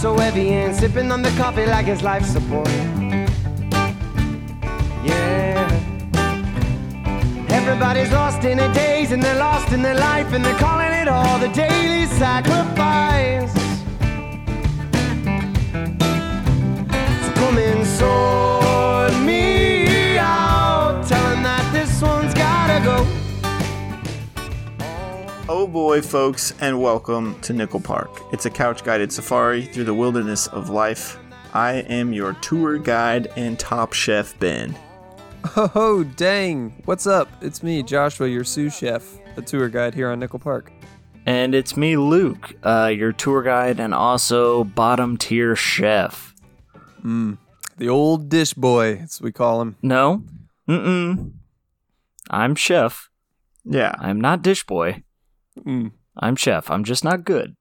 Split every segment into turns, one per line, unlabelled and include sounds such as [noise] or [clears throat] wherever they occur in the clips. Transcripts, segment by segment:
so heavy and sipping on the coffee like it's life support. Yeah. Everybody's lost in their days and they're lost in their life and they're calling it all the daily sacrifice. So come and sort me out, telling that this one's gotta go.
Oh boy, folks, and welcome to Nickel Park. It's a couch guided safari through the wilderness of life. I am your tour guide and top chef, Ben.
Oh, ho, dang. What's up? It's me, Joshua, your sous chef, a tour guide here on Nickel Park.
And it's me, Luke, uh, your tour guide and also bottom tier chef.
The old dish boy, as we call him.
No? Mm-mm. I'm chef.
Yeah,
I'm not dish boy.
Mm.
I'm chef. I'm just not good.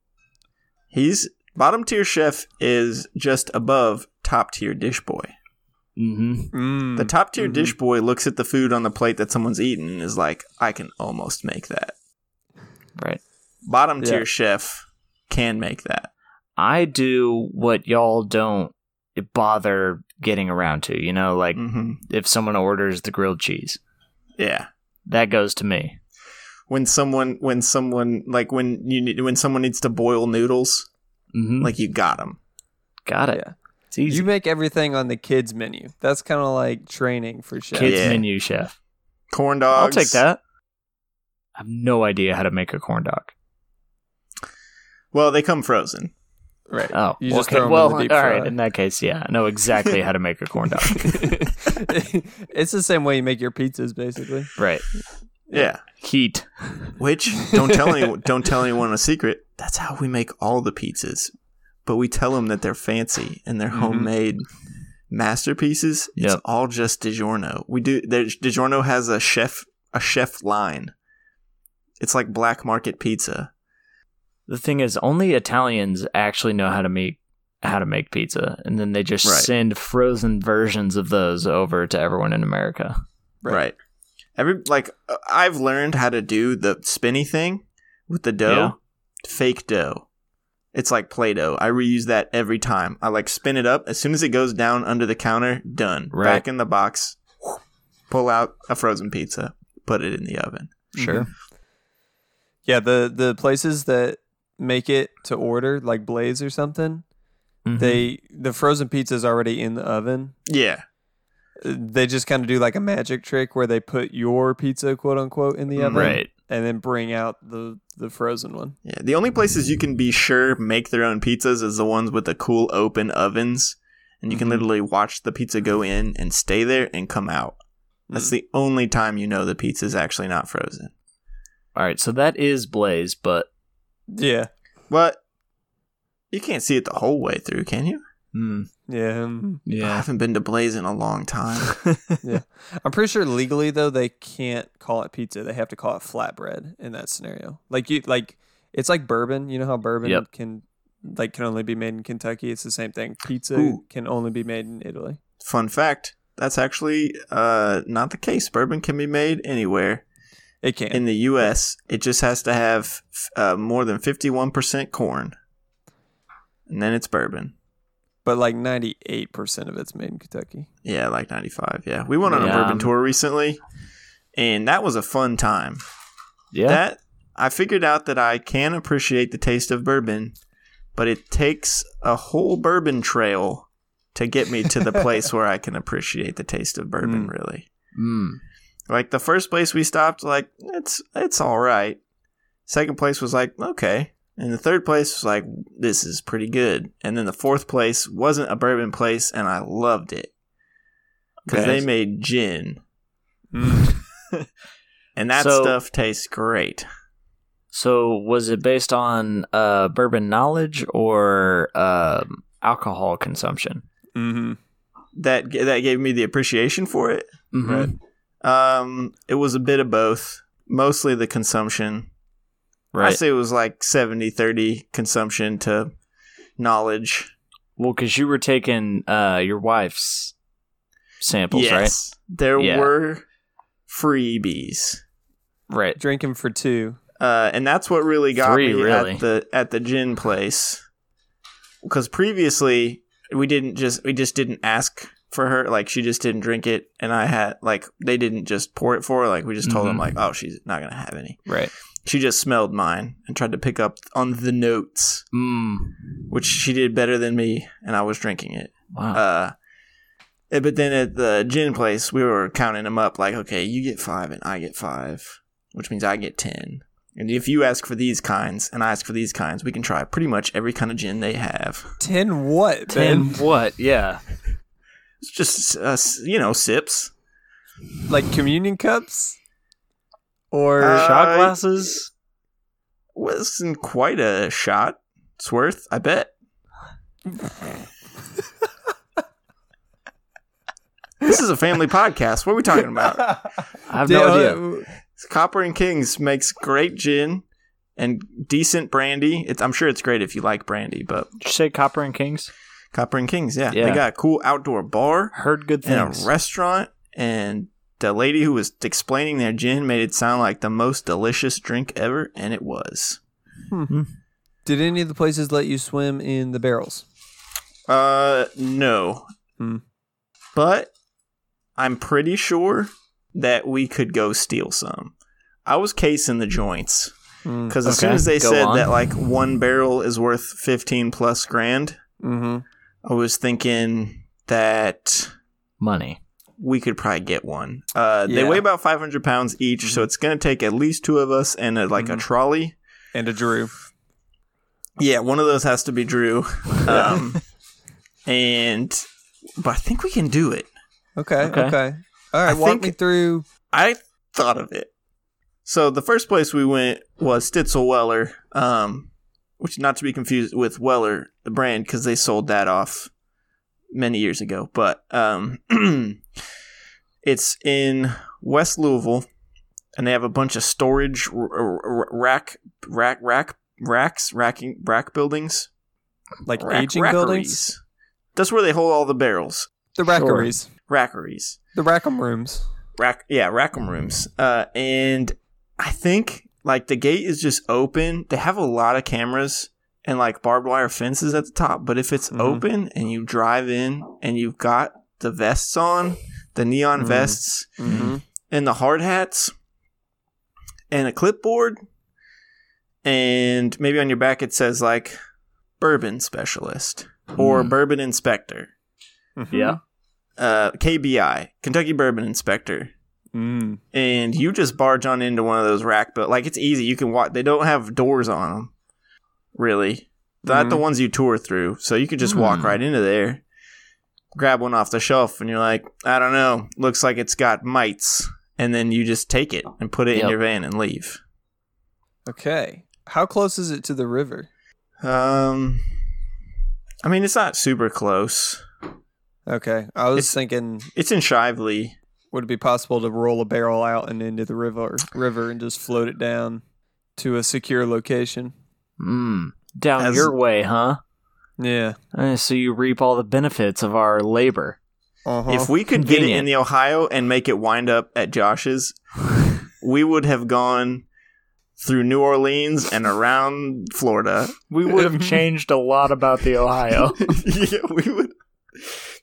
he's bottom tier chef is just above top tier dish boy.
Mm-hmm.
Mm.
The top tier dish boy looks at the food on the plate that someone's eaten and is like, I can almost make that.
Right.
Bottom tier
Yeah.
chef can make that.
I do what y'all don't bother getting around to, you know, like
hmm
if someone orders the grilled cheese,
Yeah.
that goes to me.
When someone, when someone, like when you need, when someone needs to boil noodles,
Mm-hmm.
like you got them.
got it.
Yeah.
It's easy.
You make everything on the kids' menu. That's kind of like training for chefs.
Kids
Yeah.
menu chef.
Corn dogs.
I'll take that. I have no idea how to make a corn dog.
Well, they come frozen.
Right.
Oh,
You just
okay.
throw 'em in
well,
the deep
all
fryer.
right. In that case, yeah, I know exactly how to make a corn
[laughs]
dog. [laughs]
it's the same way you make your pizzas, basically.
right.
Yeah.
Heat.
Which don't tell anyone. [laughs] Don't tell anyone a secret. That's how we make all the pizzas, but we tell them that they're fancy and they're homemade masterpieces. It's
Mm-hmm. Yep.
all just DiGiorno. We do. there's- DiGiorno has a chef a chef line. It's like black market pizza.
The thing is, only Italians actually know how to make how to make pizza, and then they just
Right.
send frozen versions of those over to everyone in America.
Right.
Right. Every like uh, I've learned how to do the spinny thing with the dough.
Yeah.
Fake dough. It's like Play-Doh. I reuse that every time. I like spin it up as soon as it goes down under the counter, done.
Right.
Back in the box. Pull out a frozen pizza, put it in the oven.
Mm-hmm.
Sure.
Yeah, the the places that make it to order, like Blaze or something,
Mhm.
they the frozen pizza's already in the oven.
Yeah.
Uh, They just kind of do like a magic trick where they put your pizza, quote unquote, in the oven,
Mm, right.
and then bring out the the frozen one.
Yeah. The only places you can be sure make their own pizzas is the ones with the cool open ovens. And you can literally watch the pizza go in and stay there and come out. That's the only time you know the pizza's actually not frozen.
All right. So that is Blaze, but
Yeah,
But you can't see it the whole way through, can you?
mm,
yeah. mm.
I
yeah,
haven't been to Blaze in a long time.
I'm pretty sure legally though they can't call it pizza; they have to call it flatbread in that scenario. Like you, like it's like bourbon. You know how bourbon
Yep.
can like can only be made in Kentucky. It's the same thing. Pizza
Ooh.
can only be made in Italy.
Fun fact that's actually uh, not the case. Bourbon can be made anywhere
It can.
in the U.S., it just has to have uh, more than 51% corn. And then it's bourbon.
but like 98% of it's made in
[laughs]
Kentucky.
Yeah, like 95. Yeah. We went on
Yeah,
a bourbon
um,
tour recently, and that was a fun time.
yeah.
that I figured out that I can appreciate the taste of bourbon, but it takes a whole bourbon trail to get me
[laughs]
to the place where I can appreciate the taste of
Hmm.
bourbon really.
mm,
Like the first place we stopped like it's it's all right. Second place was like okay. And the third place was like this is pretty good. And then the fourth place wasn't a bourbon place and I loved it. Cuz
Okay.
they made gin
Mm-hmm.
and that
So-
stuff tastes great.
So was it based on uh, bourbon knowledge or um, alcohol consumption?
Mm-hmm.
That that gave me the appreciation for it.
Mm-hmm.
Right. Um, it was a bit of both, mostly the consumption. I
right.
say it was like 70 30 consumption to knowledge.
Well, because you were taking uh, your wife's samples,
yes, there
Yeah.
were freebies.
right? Right.
Drinking for two.
Uh, and that's what really got
Three,
me
really.
at the at the gin place because previously we didn't just we just didn't ask for her like she just didn't drink it and i had like they didn't just pour it for her like we just told them
Mhm.
like oh she's not gonna have any
Right.
she just smelled mine and tried to pick up on the notes
Mm.
which she did better than me and i was drinking it
Wow.
uh eh, but then at the gin place we were counting them up like okay you get five and i get five which means i get ten and if you ask for these kinds and i ask for these kinds we can try pretty much every kind of gin they have
Ten what?
Ten
Ben?
what? Yeah.
It's just uh, s- you know sips
Like communion cups? Or
Uh,
Shot glasses.
wasn't quite a shot it's worth i
[laughs]
bet this is a family podcast what are we talking about
I have no
uh,
idea.
Copper and Kings makes great gin and decent brandy. It's, I'm sure it's great if you like brandy, but
Did you say Copper and Kings?
Copper and Kings, yeah,
Yeah.
they got a cool outdoor bar
Heard good
and
things.
a restaurant, and the lady who was explaining their gin made it sound like the most delicious drink ever, and it was.
Did any of the places let you swim in the barrels?
Uh, no,
Hmm.
but I'm pretty sure that we could go steal some. I was casing the joints.
Mm.
Because as soon
Hmm. Okay,
as they
go
said
on.
that like one barrel is worth fifteen plus grand, Mm-hmm.
hmm
I was thinking that
Money.
we could probably get one. Uh, They
Yeah.
weigh about five hundred pounds each,
Mm-hmm.
so it's gonna take at least two of us and a, like a
Mhm.
trolley.
And a Drew.
Yeah, one of those has to be Drew. Um, and but I think we can do it.
Okay. Okay.
Okay.
All
I
right. walk
think-
me through.
I thought of it. So the first place we went was Stitzel Weller, um, which not to be confused with Weller, the brand, because they sold that off many years ago. But um, [clears throat] it's in West Louisville, and they have a bunch of storage r- r- r- rack rack rack racks racking rack buildings,
Like
rack,
aging
rackeries.
buildings.
That's where they hold all the barrels,
The rackeries.
rackeries.
The rackham rooms.
rack yeah rackham rooms uh and i think like the gate is just open they have a lot of cameras and like barbed wire fences at the top but if it's
Mhm.
open and you drive in and you've got the vests on the neon
Mm.
vests
Mhm.
and the hard hats and a clipboard and maybe on your back it says like bourbon specialist or
Mm.
bourbon inspector Hmm. Mm-hmm.
Yeah.
uh kbi kentucky bourbon inspector
Mm.
and you just barge on into one of those rack but like it's easy you can walk they don't have doors on them really not the ones you tour through so you could just walk
Mm-hmm. Hmm.
right into there grab one off the shelf and you're like i don't know looks like it's got mites and then you just take it and put it in
Yep.
your van and leave
Okay. How close is it to the river?
um i mean it's not super close
Okay. I was
It's-
thinking,
it's in shively
would it be possible to roll a barrel out and into the river, river and just float it down to a secure location?
Mm. Down
As-
your way, huh?
Yeah.
Uh, so you reap all the benefits of our labor.
Uh-huh.
if we could get it in
convenient.
the Ohio and make it wind up at Josh's, we would have gone through New Orleans and around Florida. [laughs]
We would have changed a lot about the Ohio.
yeah, we would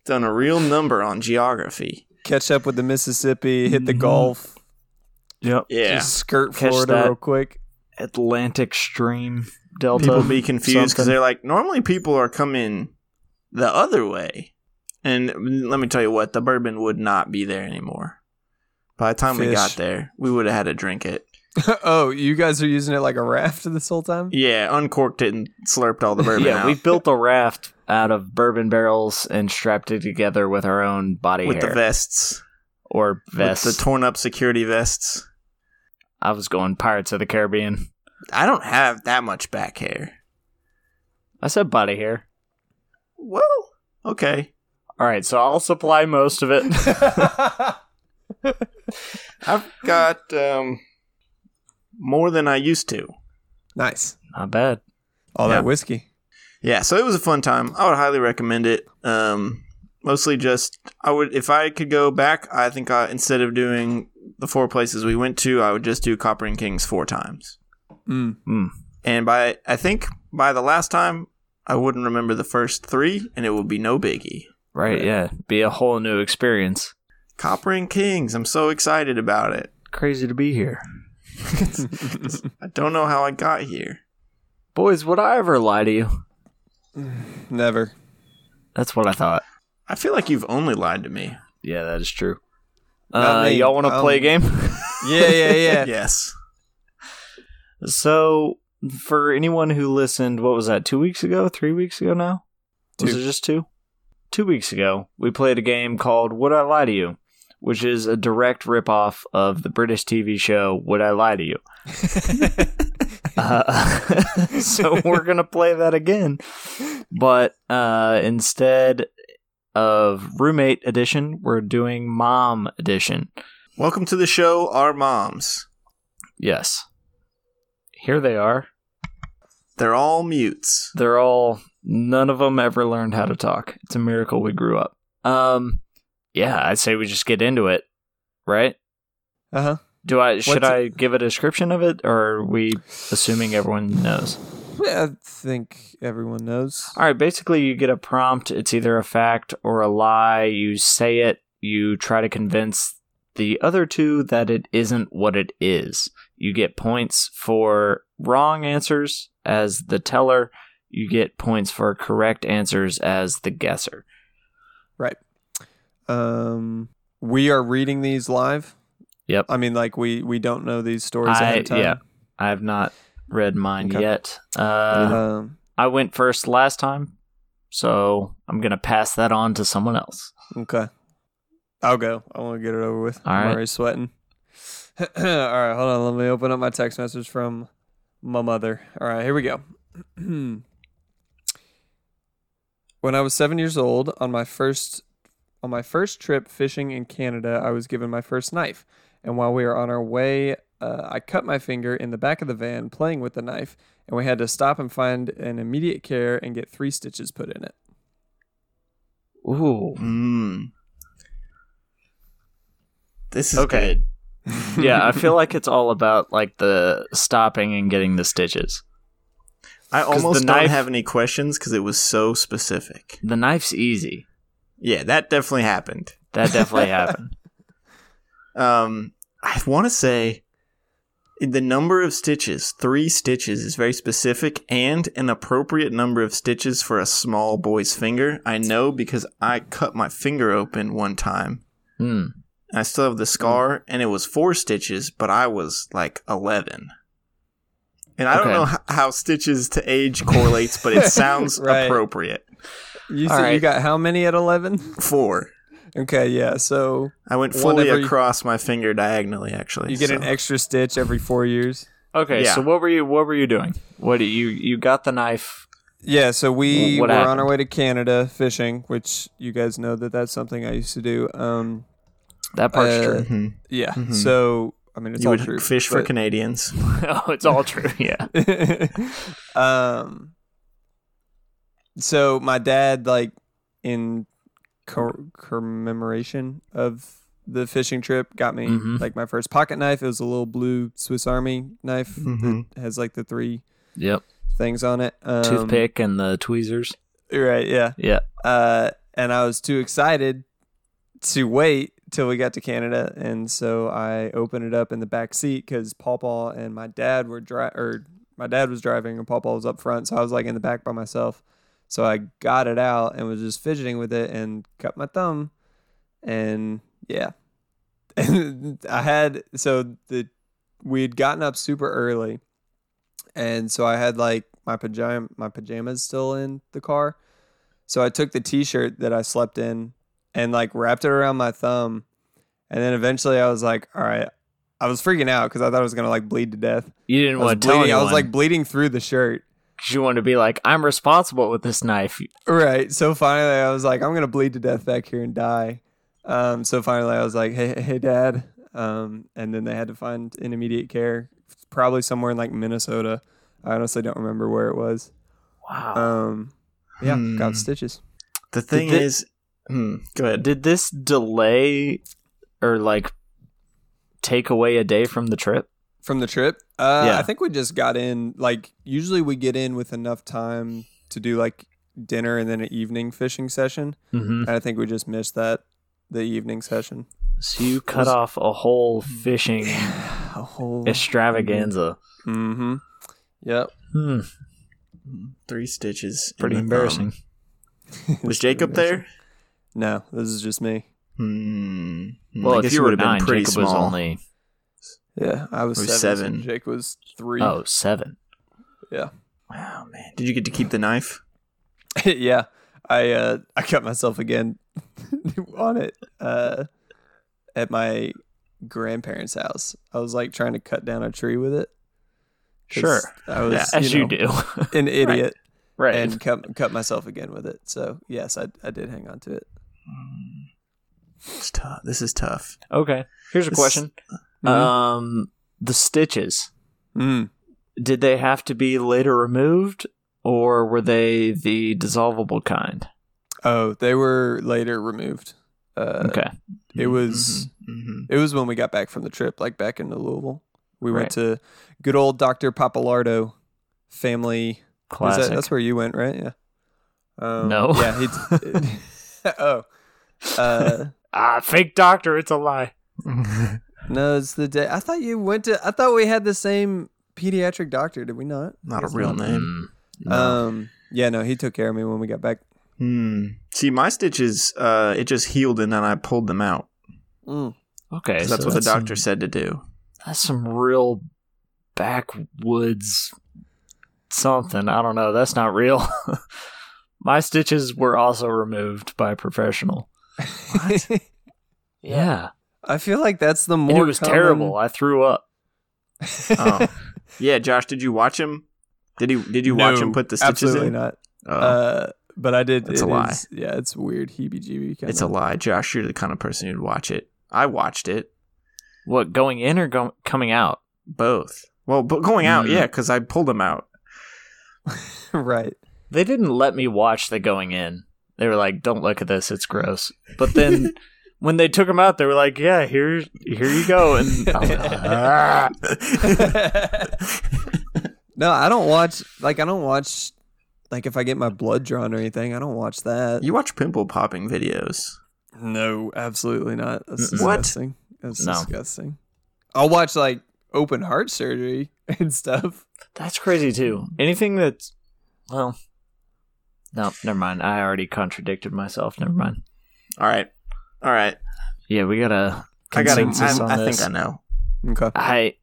done a real number on geography.
Catch up with the Mississippi, hit the
Mhm.
Gulf,
yep.
Yeah,
just skirt
Catch
Florida
that.
real quick. [laughs]
Atlantic Stream Delta.
people be confused because
something.
they're like, normally people are coming the other way, and let me tell you what, the bourbon would not be there anymore. By the time we
Fish.
got there, we would have had to drink it.
oh, you guys are using it like a raft this whole time?
Yeah, uncorked it and slurped all the bourbon
[laughs] yeah,
out.
we built a raft out of bourbon barrels and strapped it together with our own body
with
hair
the vests.
or vest.
With the torn up security vests.
I was going Pirates of the Caribbean.
I don't have that much back hair.
I said body hair.
Well, okay.
All right, so I'll supply most
[laughs]
of it.
I've got um more than I used to.
[laughs] nice.
Not bad.
All
Yeah.
that whiskey.
Yeah, so it was a fun time. I would highly recommend it. Um mostly just I would if I could go back, I think I instead of doing the four places we went to, I would just do Copper and Kings four times.
Hmm,
Mm.
And by I think by the last time I wouldn't remember the first three, and it would be no biggie.
Right,
Right.
yeah. Be a whole new experience.
Copper and Kings. I'm so excited about it.
Crazy to be here.
I don't know how I got here.
Boys, would I ever lie to you?
Never.
That's what I thought.
I feel like you've only lied to me.
Yeah, that is true.
Not
Uh,
me.
y'all want to
Um,
play a game?
Yeah, yeah, yeah.
[laughs]
[laughs]
Yes.
so, for anyone who listened, what was that, two weeks ago? Three weeks ago now? Was
Two.
it just two? Two weeks ago, we played a game called Would I Lie to You? Which is a direct ripoff of the British TV show Would I Lie to You? Uh, [laughs] so we're gonna play that again, but uh, instead of roommate edition, we're doing mom edition.
Welcome to the show, Our Moms.
Yes, here they are.
They're all mutes.
They're all none of them ever learned how to talk. It's a miracle we grew up. Um, yeah, I'd say we just get into it, right?
Uh huh.
Do I should
What's-
I give a description of it, or are we assuming everyone knows?
Yeah, I think everyone knows.
All right, basically, you get a prompt. It's either a fact or a lie. You say it, you try to convince the other two that it isn't what it is. You get points for wrong answers as the teller, you get points for correct answers as the guesser.
Um, we are reading these live.
Yep.
I mean, like we we don't know these stories ahead of
I-
time.
yeah. I have not read mine
Okay.
yet. Uh,
Um,
I went first last time, so I'm going to pass that on to someone else.
okay. I'll go. I want to get it over with.
All
I'm
right.
already sweating. [clears throat] All right, hold on. Let me open up my text message from my mother. All right, here we go. [clears throat] when I was seven years old, on my first on my first trip fishing in Canada, I was given my first knife, and while we were on our way, uh, I cut my finger in the back of the van playing with the knife, and we had to stop and find an immediate care and get three stitches put in it.
Ooh.
Mmm. This is
Okay.
good.
[laughs] yeah, I feel like it's all about like the stopping and getting the stitches.
I
'Cause
almost
the
don't
knife-
have any questions because it was so specific.
The knife's easy.
Yeah, that definitely happened.
That [laughs] definitely happened.
Um, I want to say the number of stitches, three stitches, is very specific and an appropriate number of stitches for a small boy's finger. I know because I cut my finger open one time.
Hmm.
and I still have the scar,
Hmm.
and it was four stitches, but I was like 11. And I
Okay.
don't know how, how stitches to age correlates, but
[laughs]
it sounds
Right.
appropriate.
You
All
said you
right.
got how many at eleven?
Four.
Okay, yeah. So
I went fully
Whenever you-
across my finger diagonally, actually.
you get an
so-
extra stitch every four years.
Okay,
Yeah.
so what were you what were you doing? What do you you got the knife?
Yeah, so we
What
were on
happened?
our way to Canada fishing, which you guys know that that's something I used to do. Um,
That part's
Uh,
true.
Mhm.
yeah. So I mean, it's
You
all
would
true.
fish for
but-
Canadians.
[laughs] oh, it's all true. [laughs] Yeah.
[laughs] um, so my dad, like, in co- commemoration of the fishing trip, got me
Mm-hmm.
Mhm.
like my first pocket knife. It was a little blue Swiss Army knife
Mhm.
that has like the three
Yep.
things on it. Um,
Toothpick and the tweezers.
Right. Yeah.
Yeah.
uh, and I was too excited to wait till we got to Canada, and so I opened it up in the back seat because Pawpaw and my dad were dri or my dad was driving and Pawpaw was up front, so I was like in the back by myself. So I got it out and was just fidgeting with it and cut my thumb, and yeah, [laughs] and I had so the we had gotten up super early, and so I had like my pajama my pajamas still in the car, so I took the t-shirt that I slept in and like wrapped it around my thumb. And then eventually I was like, all right, I was freaking out because I thought I was going to like bleed to death.
You
I
didn't
was,
want to tell
bleeding,
anyone.
I was like bleeding through the shirt.
'cause you wanted to be like, I'm responsible with this knife.
Right. So finally I was like, I'm going to bleed to death back here and die. Um, so finally I was like, hey, hey, dad. Um, and then they had to find an immediate care, probably somewhere in like Minnesota. I honestly don't remember where it was.
Wow.
Um, yeah,
Hmm.
got stitches.
The thing
thi-
is, hmm, go ahead.
Did this delay or like take away a day from the trip?
From the trip? Uh,
Yeah.
I think we just got in. Like, usually we get in with enough time to do like dinner and then an evening fishing session.
Mm-hmm.
And I think we just missed that the evening session.
So you cut off a whole fishing
A whole.
extravaganza.
Mm-hmm. Yep.
Hmm,
Three stitches. in
pretty
the
[laughs] embarrassing.
thumb. Was Jacob there?
No, this is just me.
Hmm.
Well,
I
if
guess
you were
would've
nine, Jacob was only
Yeah, I was
Or
seven.
seven.
So Jake was three.
oh seven.
Wow, man. Did you get to keep the knife?
[laughs] yeah, I uh, I cut myself again [laughs] on it uh, at my grandparents' house. I was like trying to cut down a tree with it. 'cause
Sure.
I was
Yeah,
As you,
know,
do,
[laughs]
[laughs]
an idiot,
right?
and cut cut myself again with it. So yes, I I did hang on to it.
It's tough. This is tough.
okay, here's a
This-
question. Um, the stitches
Mm.
did they have to be later removed, or were they the dissolvable kind?
Oh, they were later removed. Uh,
Okay, Mm-hmm.
It was
hmm
it was when we got back from the trip, like back into Louisville. We
Right.
went to good old Doctor Papalardo family Is that-
classic.
that's where you went, right? Yeah. Um,
No.
Yeah. He
[laughs]
[laughs] oh. Uh,
ah, fake doctor. It's a lie.
no, it's the day. I thought you went to. I thought we had the same pediatric doctor. Did we not?
Not a
Guess
real name.
Hmm.
No.
Um. Yeah. No, he took care of me when we got back.
Mm.
Hmm. See, my stitches, uh, it just healed and then I pulled them out.
Mm.
Okay,
'Cause
so
that's what the
some-
doctor said to
[laughs]
do.
That's some real backwoods something. I don't know. That's not real. [laughs] My stitches were also removed by a professional.
[laughs]
Yeah.
I feel like that's the
And
more.
it was
common-
terrible. I threw up.
Oh. yeah, Josh, did you watch him? Did he? Did you watch
No,
him put the stitches
absolutely
in?
not.
Oh,
Uh, but I did.
That's a
it
lie.
is- yeah, it's weird. Heebie-jeebie. Kind
it's a lie, Josh. You're the kind of person who'd watch it. I watched it.
What, going in or go- coming out?
Both. Well, but going out,
Mm.
yeah, because I pulled them out.
[laughs] right.
They didn't let me watch the going in. They were like, don't look at this. It's gross. But then [laughs] when they took them out, they were like, yeah, here, here you go. And [laughs] I was like, "Ah."
[laughs] No, I don't watch. Like I don't watch. Like if I get my blood drawn or anything, I don't watch
[laughs]
that.
You watch pimple popping videos.
No, absolutely not. That's
Mm-mm.
What?
disgusting. That's
No.
disgusting. I'll watch like open heart surgery [laughs] and stuff.
That's crazy too.
Mm.
Anything that's well, no, never mind. I already contradicted myself.
Mm-hmm.
Never mind.
All right, all right.
Yeah, we got a
I got.
consensus on
I
this.
think I know.
Okay.
I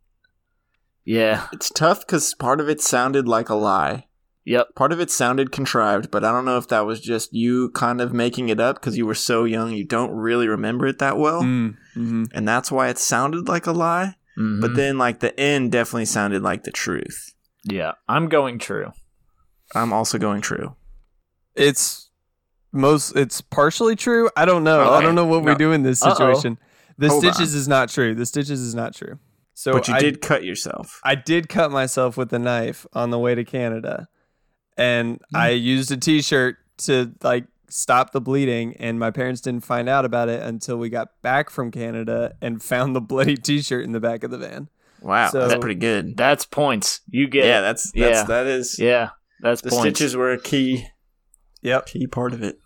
yeah,
It's tough because part of it sounded like a lie.
yep.
Part of it sounded contrived, but I don't know if that was just you kind of making it up because you were so young, you don't really remember it that well,
Hmm.
Mm-hmm.
and that's why it sounded like a lie. But
But
then, like the end, definitely sounded like the truth.
yeah, I'm going true.
I'm also going true.
It's most. It's partially true. I don't know. I
Okay.
don't know what we
No.
do in this
Uh-oh.
situation. The
Hold
stitches is not true. The stitches is not true. So
but you
I-
did cut yourself.
I did cut myself with a knife on the way to Canada, and I
Mm.
used a T-shirt to like stop the bleeding. And my parents didn't find out about it until we got back from Canada and [laughs] found the bloody T-shirt in the back of the van.
Wow,
So-
that's pretty good.
That's points. You get
yeah,
yeah,
that's that's
Yeah.
that is.
yeah. That's
The
points.
stitches were a key
Yep.
key part of it.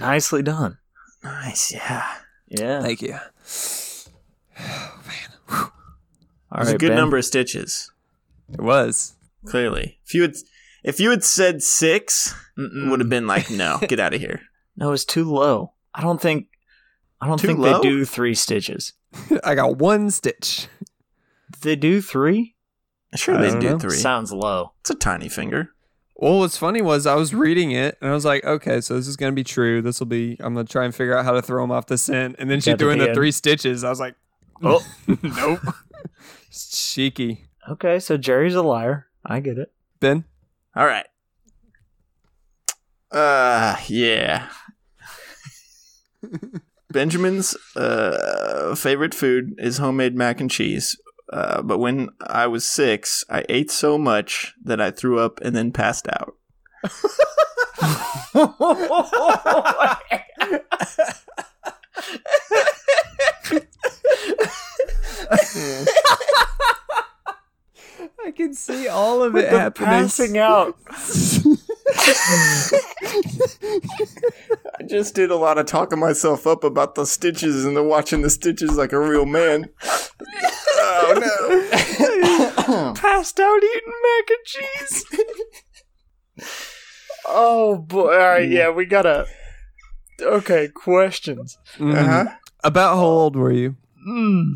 Nicely done.
Nice, yeah.
Yeah.
Thank you.
All
It was
right,
a good
Ben.
number of stitches.
It was. [laughs]
Clearly, if you had if you had said six, it
Mm-mm.
would have been [laughs] like, no, get out of here.
No, it's too low. I don't think. I don't
Too
think
low?
they do three stitches.
I got one stitch.
Did they do three?
Sure,
I
they
don't
do
know.
three.
Sounds low.
it's a tiny finger.
Well, what's funny was I was reading it and I was like, okay, so this is gonna be true. This will be. I'm gonna try and figure out how to throw him off the scent. And then she
Got to
threw in
the
the
end.
three stitches. I was like,
Oh.
[laughs]
[laughs]
nope. It's cheeky,
Okay, so Jerry's a liar. I get it.
Ben.
All right. Uh, [laughs] yeah. Benjamin's uh, favorite food is homemade mac and cheese. Uh, but when I was six, I ate so much that I threw up and then passed out.
I can see all of it
the passing out.
I just did a lot of talking myself up about the stitches and the watching the stitches like a real man. oh [laughs] no.
Passed out eating mac and cheese. oh boy! All right, yeah, we gotta. Okay, questions.
Mhm.
uh-huh.
About how old were you?
Mm.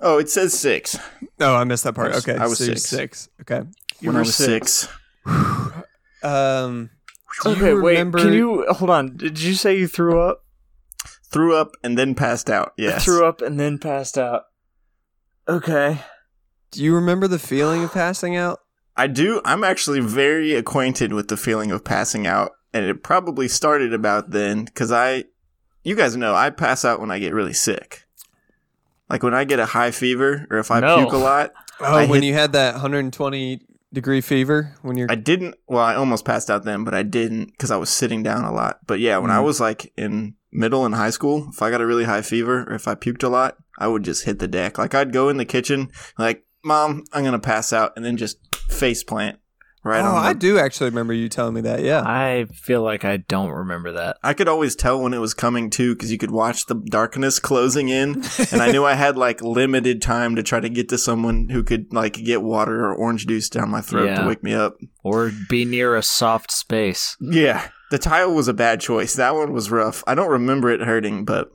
Oh, it says six.
Oh, I missed that part.
I was-
Okay,
I was
so you're
six.
six. Okay.
when I was six.
Um, do
Okay,
you remember,
wait. Can you hold on? Did you say you threw up?
Threw up and then passed out. Yes.
Threw up and then passed out. Okay.
Do you remember the feeling of passing out?
I do. I'm actually very acquainted with the feeling of passing out, and it probably started about then because I, you guys know, I pass out when I get really sick. Like when I get a high fever or if I
No.
puke a lot.
Oh,
I
when
hit-
you had that 120 degree fever when you're
I didn't, well, I almost passed out then, but I didn't because I was sitting down a lot. But yeah, when I
Mhm.
was like in middle and high school, if I got a really high fever or if I puked a lot, I would just hit the deck. Like I'd go in the kitchen, like, Mom, I'm going to pass out, and then just face plant right
oh,
on the
I do actually remember you telling me that. Yeah.
I feel like I don't remember that.
I could always tell when it was coming too because you could watch the darkness closing
[laughs]
in, and I knew I had like limited time to try to get to someone who could like get water or orange juice down my throat
Yeah.
to wake me up.
Or be near a soft space.
Yeah, the tile was a bad choice. That one was rough. I don't remember it hurting, but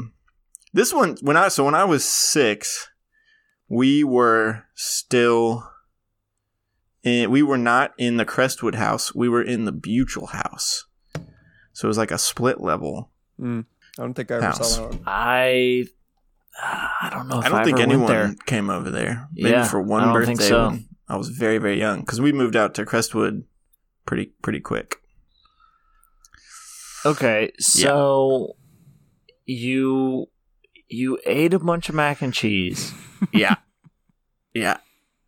this one when I so when I was six, we were still. In, we were not in the Crestwood house. We were in the Butchel house. So it was like a split level.
Mm. I don't think I ever
House.
saw that. One.
I [sighs] I don't know if
I don't think
ever went
anyone
there.
came over there. Maybe
Yeah,
for one
I don't
birthday.
think so.
when I was very very young because we moved out to Crestwood pretty pretty quick.
Okay, so you you ate a bunch of mac and cheese.
[laughs] Yeah, yeah.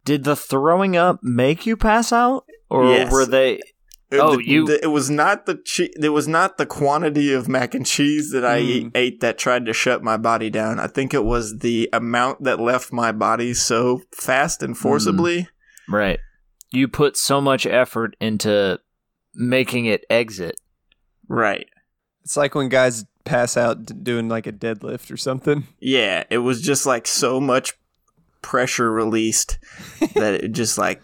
Did the throwing up make you pass out, or
Yes.
were they?
It-
Oh,
the-
you-
the- it was not the che- it was not the quantity of mac and cheese that
Hmm.
I e-,
Mm.
ate that tried to shut my body down. I think it was the amount that left my body so fast
Hmm.
and forcibly.
Right. You put so much effort into making it exit.
Right.
It's like when guys pass out d- doing like a deadlift or something.
Yeah, it was just like so much pressure
[laughs]
released that it just like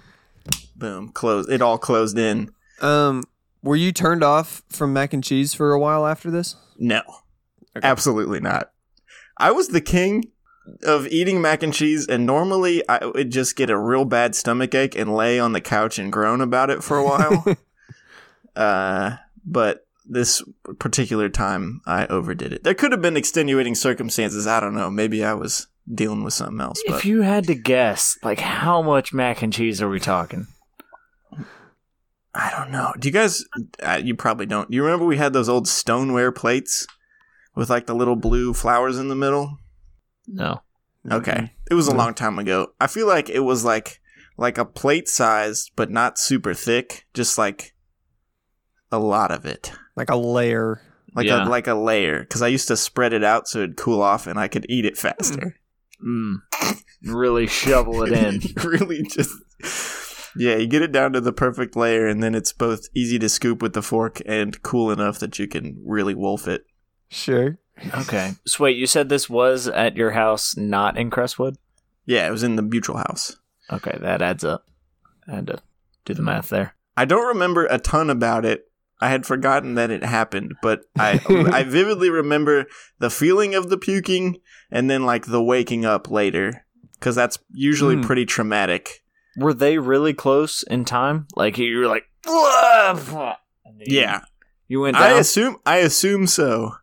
boom closed. It all closed in.
Um, were you turned off from mac and cheese for a while after this?
No,
Okay.
absolutely not. I was the king of eating mac and cheese, and normally I would just get a real bad stomach ache and lay on the couch and groan about it for a while.
[laughs]
uh, but this particular time, I overdid it. There could have been extenuating circumstances. I don't know. Maybe I was dealing with something else. But
If you had to guess, like how much mac and cheese are we talking?
I don't know. Do you guys? Uh, you probably don't. You remember we had those old stoneware plates with like the little blue flowers in the middle.
No. Mm-hmm.
Okay. It was a
Mhm.
long time ago. I feel like it was like like a plate size, but not super thick. Just like a lot of it,
Like a layer.
like
Yeah.
a like a layer. Because I used to spread it out so it'd cool off and I could eat it faster.
Mm. Really shovel
[laughs]
it [laughs] in.
really just. Yeah, you get it down to the perfect layer, and then it's both easy to scoop with the fork and cool enough that you can really wolf it.
Sure.
Okay. So wait, you said this was at your house, not in Crestwood?
Yeah, it was in the Butchel house.
Okay, that adds up. I had to do the math there.
I don't remember a ton about it. I had forgotten that it happened, but I
[laughs]
I vividly remember the feeling of the puking and then like the waking up later cuz that's usually
Hmm.
pretty traumatic.
Were they really close in time? Like you were like, "Whoa!" And then you-
Yeah.
you went
I
down.
assume I assume so.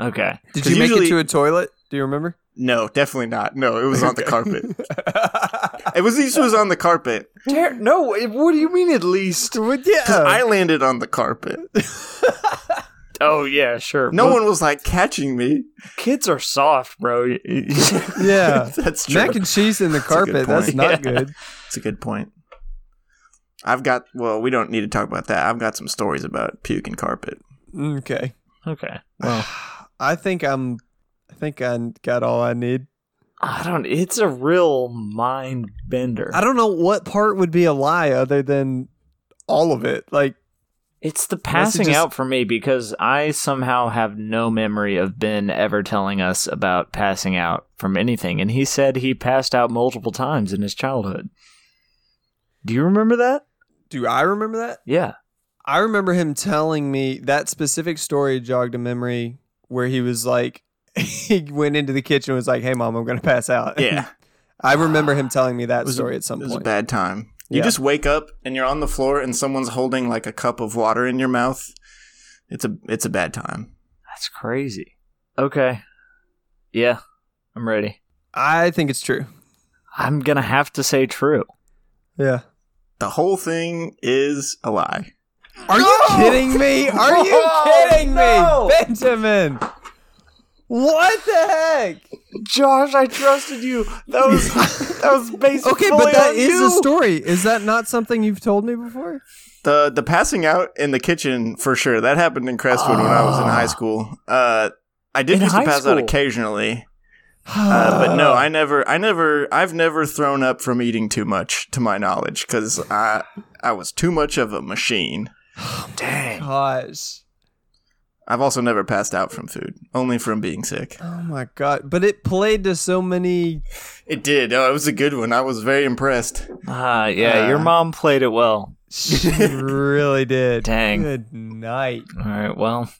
okay,
Did
'Cause
you make
usually-
it to a toilet? Do you
[laughs]
remember?
No, definitely not. No, it was on the carpet.
carpet.
It was it was on the carpet.
no. What do you mean?
[laughs]
At least?
yeah.
'Cause I landed on the carpet.
Oh yeah, sure.
No
Well,
one was like catching me.
kids are soft,
[laughs]
bro.
yeah.
That's true.
Oh. Mac and cheese in the
a good
carpet. That's
point.
not
Yeah.
good.
It's a good point. I've got well, we don't need to talk about that. I've got some stories about puke and carpet.
Mm, Okay.
okay. Well,
I think I'm. I think I got all I need.
I don't. It's a real mind bender.
I don't know what part would be a lie other than all of it. Like
It's the
Unless it
passing
just-
out for me because I somehow have no memory of Ben ever telling us about passing out from anything. And he said he passed out multiple times in his childhood. Do you remember that?
Do I remember that?
Yeah.
I remember him telling me that specific story jogged a memory where he was like, [laughs] he went into the kitchen and was like, "Hey, mom, I'm gonna pass out."
Yeah.
[laughs] I remember him telling me that
was a-
story at some
It was a
point.
bad time. You
Yeah.
just wake up and you're on the floor and someone's holding like a cup of water in your mouth. It's a it's a bad time.
That's crazy. Okay. Yeah. I'm ready.
I think it's true.
I'm going to have to say true.
Yeah.
The whole thing is a lie.
Are you kidding me? Are you
No,
kidding
no.
me, Benjamin? What the heck?
Josh, I trusted you. That [laughs] was that was based
Okay, but that is a story. Is that not something you've told me before?
The the passing out in the kitchen for sure. That happened in Crestwood when I was in
Ah.
high school. Uh I did
In
used to
high
pass out
[sighs]
school?
occasionally. Uh, but no, I never, I never, I've never thrown up from eating too much, to my knowledge, because I, I was too much of a machine.
Dang.
Gosh.
I've also never passed out from food, only from being sick.
Oh my god. But it played to so many
It did. Oh, it was a good one. I was very impressed.
Ah, yeah,
Uh,
your mom played it well.
[laughs] She really did.
Dang.
Good night. [laughs]
All right, well,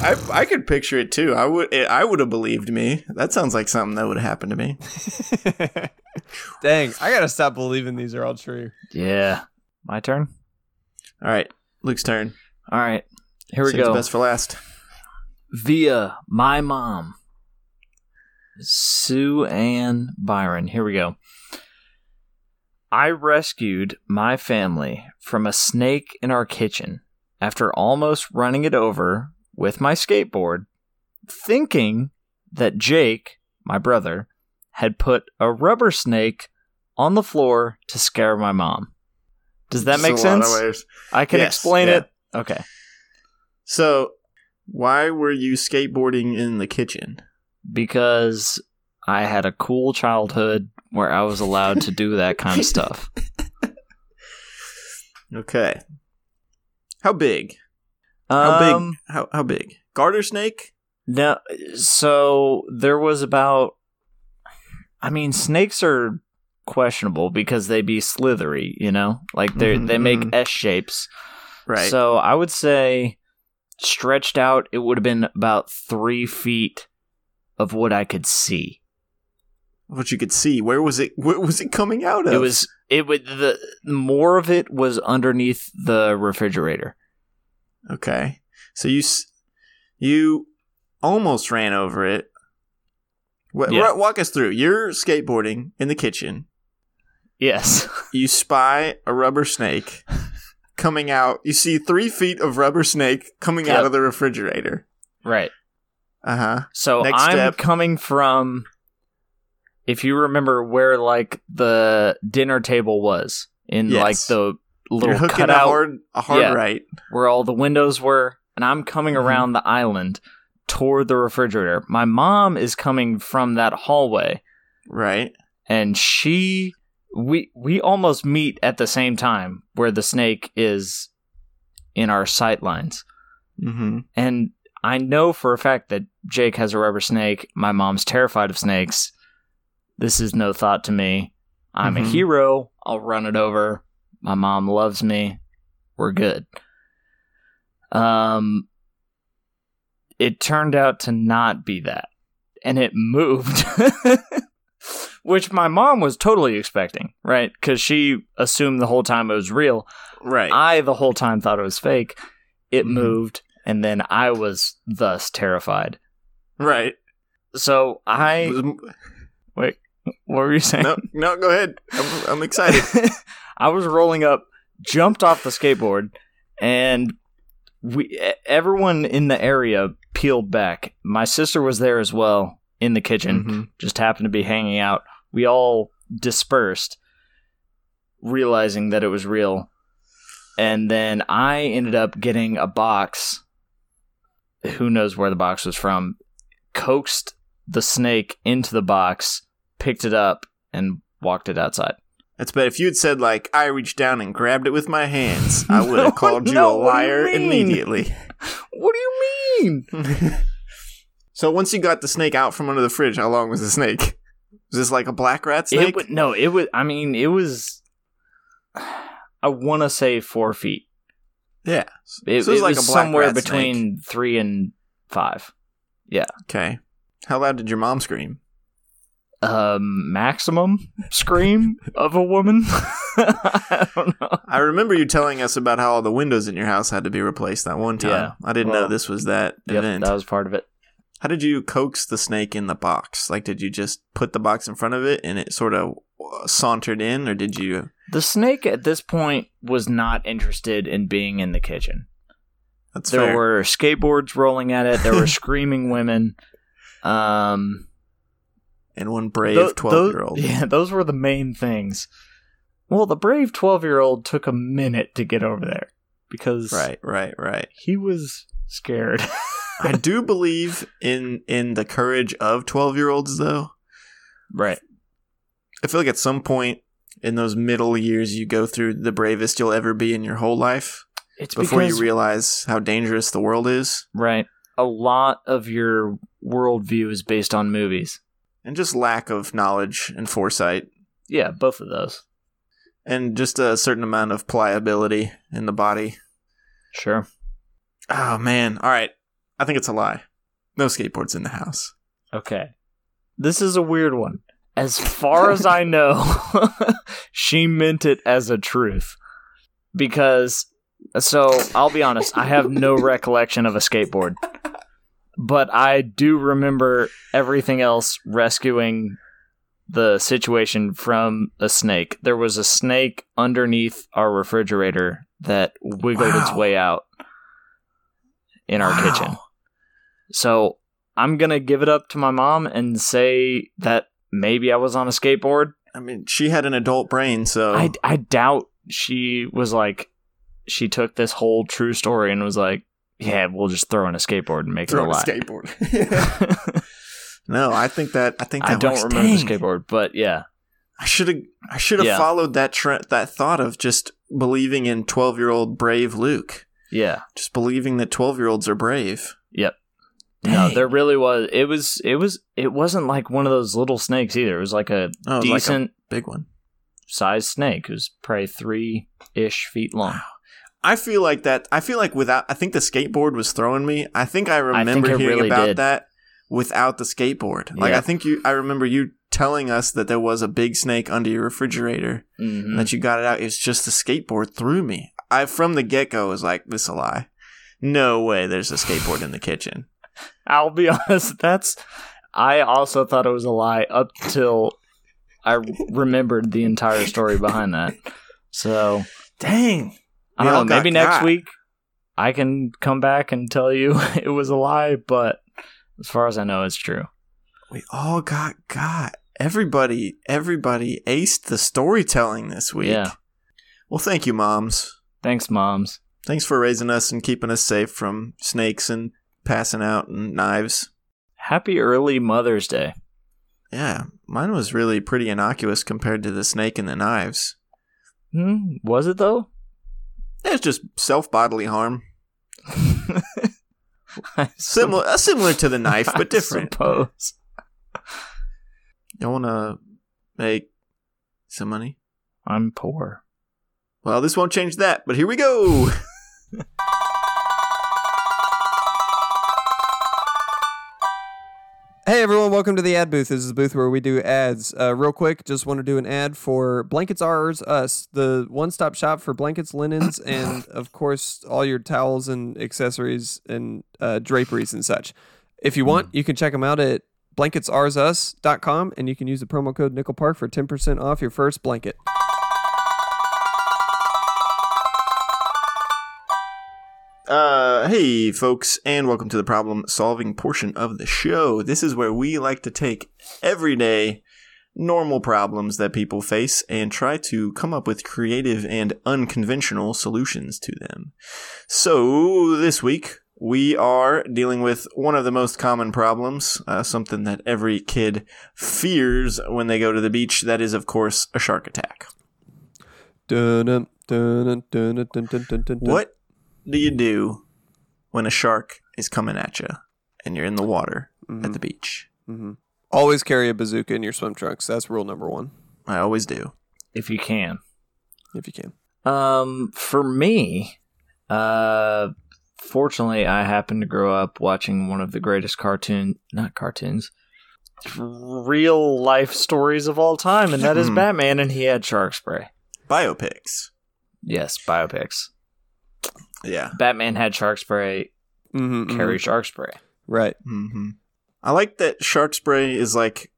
I, I could picture it too. I would, I would have believed me. That sounds like something that would have happened to me.
Dang, I gotta stop believing these are all true.
yeah. My turn.
All right, Luke's turn.
All right. Here we
Saves
go.
Best for last.
Via my mom. Sue Ann Byron. Here we go. I rescued my family from a snake in our kitchen after almost running it over with my skateboard, thinking that Jake, my brother, had put a rubber snake on the floor to scare my mom. Does that
Just
make
a lot of
sense?
ways.
I can
Yes,
explain
yeah.
it. Okay.
So, why were you skateboarding in the kitchen?
because I had a cool childhood where I was allowed to do that kind of
[laughs]
stuff.
Okay. How big? How
Um,
big? How how big? Garter snake?
No, so there was about. I mean, snakes are questionable because they be slithery. You know, like they
Mhm,
they make
mhm.
S shapes.
Right.
So I would say, stretched out, it would have been about three feet of what I could see.
what you could see. Where was it? Where was it coming out of?
It was it would the more of it was underneath the refrigerator.
okay. So you s- you almost ran over it. Wa-
Yeah.
wa- walk us through. You're skateboarding in the kitchen.
Yes.
You spy a rubber
[laughs]
snake coming out. You see three feet of rubber snake coming out
Yep.
of the refrigerator.
Right.
Uh huh.
So
Next
I'm
step.
coming from if you remember where like the dinner table was in
Yes.
like the
You're
little
hooking a
cutout
hard a hard
Yeah.
right.
where all the windows were and I'm coming
Mhm.
around the island toward the refrigerator. My mom is coming from that hallway
Right.
and she we we almost meet at the same time where the snake is in our sight lines.
Mm-hmm.
And I know for a fact that Jake has a rubber snake. My mom's terrified of snakes. This is no thought to me. I'm
Mhm.
a hero. I'll run it over. My mom loves me. We're good. Um it turned out to not be that. And it moved. [laughs] Which my mom was totally expecting, right? Cuz she assumed the whole time it was real.
Right.
I the whole time thought it was fake. It
Mhm.
moved, and then I was thus terrified.
right.
[laughs] So I
[laughs] Was-
what were you saying?
no, no, go ahead. I'm, I'm
[laughs]
excited.
I was rolling up, jumped off the skateboard, and we e, everyone in the area peeled back. My sister was there as well in the kitchen.
Mhm.
just happened to be hanging out. We all dispersed, realizing that it was real. And then I ended up getting a box. Who knows where the box was from? Coaxed the snake into the box, picked it up, and walked it outside.
That's bad. If you had said like I reached down and grabbed it with my hands,
[laughs]
I would
No,
have called you
no,
a
what do you
liar
mean? [laughs]
immediately. [laughs]
What do you mean?
So once you got the snake out from under the fridge, how long was the snake? Was this like a black rat snake?
It would, no, it was. I mean, it was. I want to say four feet.
yeah.
It,
So it was
it
like
was
a black
somewhere
rat
between three and five.
Okay. How loud did your mom scream?
Um, maximum
[laughs]
scream of a woman. [laughs] I don't know.
I remember you telling us about how all the windows in your house had to be replaced that one time.
Yeah.
I didn't know
Well,
this was that
Yep,
event.
that was part of it.
How did you coax the snake in the box? Like, did you just put the box in front of it and it sort of sauntered in, or did you?
The snake at this point was not interested in being in the kitchen.
That's
there
fair.
were skateboards rolling at it.
[laughs]
There were screaming women. Um,
and one brave
tho- tho-
twelve-year-old.
Yeah, those were the main things. Well, the brave twelve-year-old took a minute to get over there because
Right, right, right.
he was scared. [laughs]
I do believe in in the courage of twelve-year-olds, though.
right.
I feel like at some point in those middle years, you go through the bravest you'll ever be in your whole life
It's
before
because
you realize how dangerous the world is,
right. A lot of your worldview is based on movies.
and just lack of knowledge and foresight,
Yeah, both of those.
and just a certain amount of pliability in the body.
Sure.
Oh man! All right, I think it's a lie. No skateboards in the house.
Okay. This is a weird one. As far as I know, [laughs] she meant it as a truth. Because, so I'll be honest, I have no recollection of a skateboard. But I do remember everything else rescuing the situation from a snake. There was a snake underneath our refrigerator that wiggled its
Wow.
way out in our
Wow.
kitchen. So I'm gonna give it up to my mom and say that maybe I was on a skateboard.
I mean, she had an adult brain, so
I I doubt she was like she took this whole true story and was like, yeah, we'll just throw in a skateboard and make
throw
it
a
a lie.
skateboard.
[laughs]
[laughs] no, I think that I think that
I don't
works.
remember the
Dang.
skateboard, but yeah,
I should have I should have
Yeah.
followed that tre- that thought of just believing in twelve year old brave Luke,
yeah,
just believing that twelve year olds are brave.
yep. No,
Dang.
there really was. It was. It was. It wasn't like one of those little snakes either. It was like a
Oh, it was like a-
decent
Big one.
sized snake. It was probably three ish feet long.
I feel like that. I feel like without. I think the skateboard was throwing me. I think I
think
remember
it
hearing
really
about
did.
that without the skateboard. Like
Yeah.
I think you. I remember you telling us that there was a big snake under your refrigerator and
Mhm.
that you got it out. It's just the skateboard threw me. I from the get go was like this a lie. No way. There's a skateboard in the kitchen.
I'll be [laughs] honest, that's I also thought it was a lie up till I remembered the entire story behind that. So
Dang.
I
We all
don't know,
got
maybe next
got.
week I can come back and tell you [laughs] it was a lie, but as far as I know it's true.
We all got got. Everybody. Everybody aced the storytelling this week.
Yeah.
Well, thank you, moms.
Thanks, moms.
Thanks for raising us and keeping us safe from snakes and passing out and knives.
Happy early Mother's Day.
Yeah, mine was really pretty innocuous compared to the snake and the knives.
Hmm, was it though? [laughs]
It's just self bodily harm,
I
similar uh, similar to the knife
[laughs] I
but different.
Suppose.
You want to make some money?
I'm poor.
Well, this won't change that. But here we go. [laughs]
Hey everyone, welcome to the ad booth. This is the booth where we do ads. Uh, real quick, just want to do an ad for Blankets are Ours Us, the one stop shop for blankets, linens, and of course, all your towels and accessories and uh, draperies and such. If you want, you can check them out at blanketsoursus.com and you can use the promo code Nickel Park for 10% off your first blanket.
Uh, hey, folks, and welcome to the problem solving portion of the show. This is where we like to take everyday, normal problems that people face and try to come up with creative and unconventional solutions to them. So, this week, we are dealing with one of the most common problems, uh, something that every kid fears when they go to the beach. That is, of course, a shark attack.
Dun-dun, dun-dun, dun-dun, dun-dun, dun-dun.
What do you do when a shark is coming at you and you're in the water
Mm-hmm.
at the beach?
Mhm. Always carry a bazooka in your swim trunks. That's rule number one,
I always do.
if you can.
if you can.
Um, for me, uh, fortunately, I happened to grow up watching one of the greatest cartoon, not cartoons, real life stories of all time, and that is
Hmm.
Batman, and he had shark spray.
Biopics.
Yes, biopics.
Yeah.
Batman had shark spray.
Mm-hmm,
Carry shark spray.
Right.
Mm-hmm. I like that shark spray is like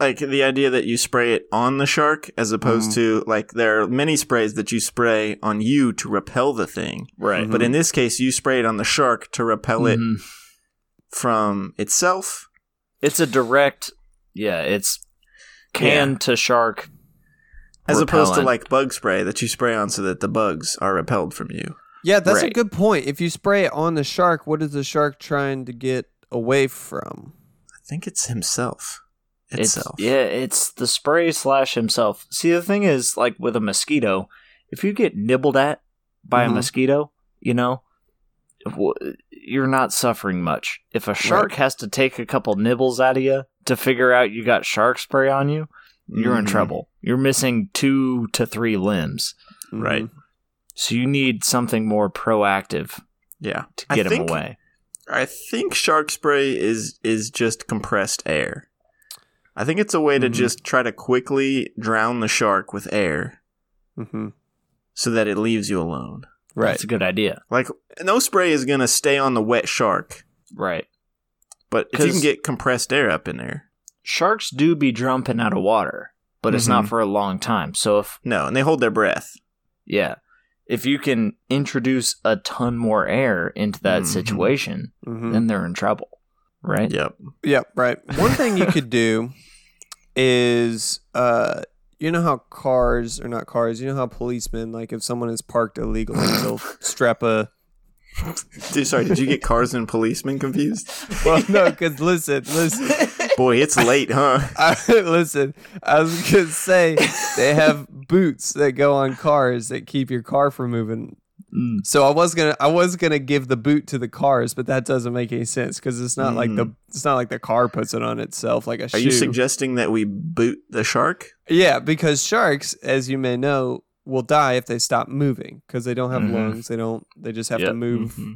like the idea that you spray it on the shark as opposed
Mhm.
to like there are many sprays that you spray on you to repel the thing.
Right.
But in this case you spray it on the shark to repel it
Mhm.
from itself.
It's a direct. Yeah, it's can
Yeah.
to shark.
As opposed to
Repellent.
like bug spray that you spray on so that the bugs are repelled from you.
Yeah, that's a
Right.
good point. If you spray it on the shark, what is the shark trying to get away from?
I think it's himself.
It's-
Itself.
yeah, it's the spray slash himself. See, the thing is, like with a mosquito, if you get nibbled at by
Mm-hmm.
Mhm.
a mosquito, you know, w- you're not suffering much. If a shark has to take a couple nibbles out of you to figure out you got shark spray on you, you're in
Mhm.
trouble. You're missing two to three limbs.
Right.
mm-hmm.
Mhm.
So you need something more proactive
Yeah.
to
I
get him
think-
away.
I think shark spray is is just compressed air. I think it's a way to
Mm-hmm.
Mhm.
just try to quickly drown the shark with air
Mhm.
so that it leaves you alone.
Right.
That's a good idea.
Like no spray is gonna stay on the wet shark,
Right.
but if you can
'Cause-
get compressed air up in there,
Sharks do be jumping out of water, but it's not
Mhm.
for a long time. So if
no, and they hold their breath.
Yeah. If you can introduce a ton more air into that
Mhm.
situation,
Mhm.
then they're in trouble, right?
Yep.
Mm-hmm. Yeah, right. One thing you could do is uh you know how cars or not cars, you know how policemen like if someone is parked illegally,
[laughs]
they'll strap a
Dude, sorry, did you get cars and policemen confused?
Well, no, cuz listen, listen.
Boy, it's late, huh?
[laughs]
I, [laughs] listen, I was going to say they have boots that go on cars that keep your car from moving.
Mm.
So I was going to I was going to give the boot to the cars, but that doesn't make any sense cuz it's not like the it's not like the car puts it on itself like a shoe.
Mm-hmm. Are you suggesting that we boot the shark?
Yeah, because sharks, as you may know, will die if they stop moving because they don't have
Mm-hmm.
Mhm.
lungs. They don't. They just have to
Yep.
move.
Mm-hmm.
Mhm.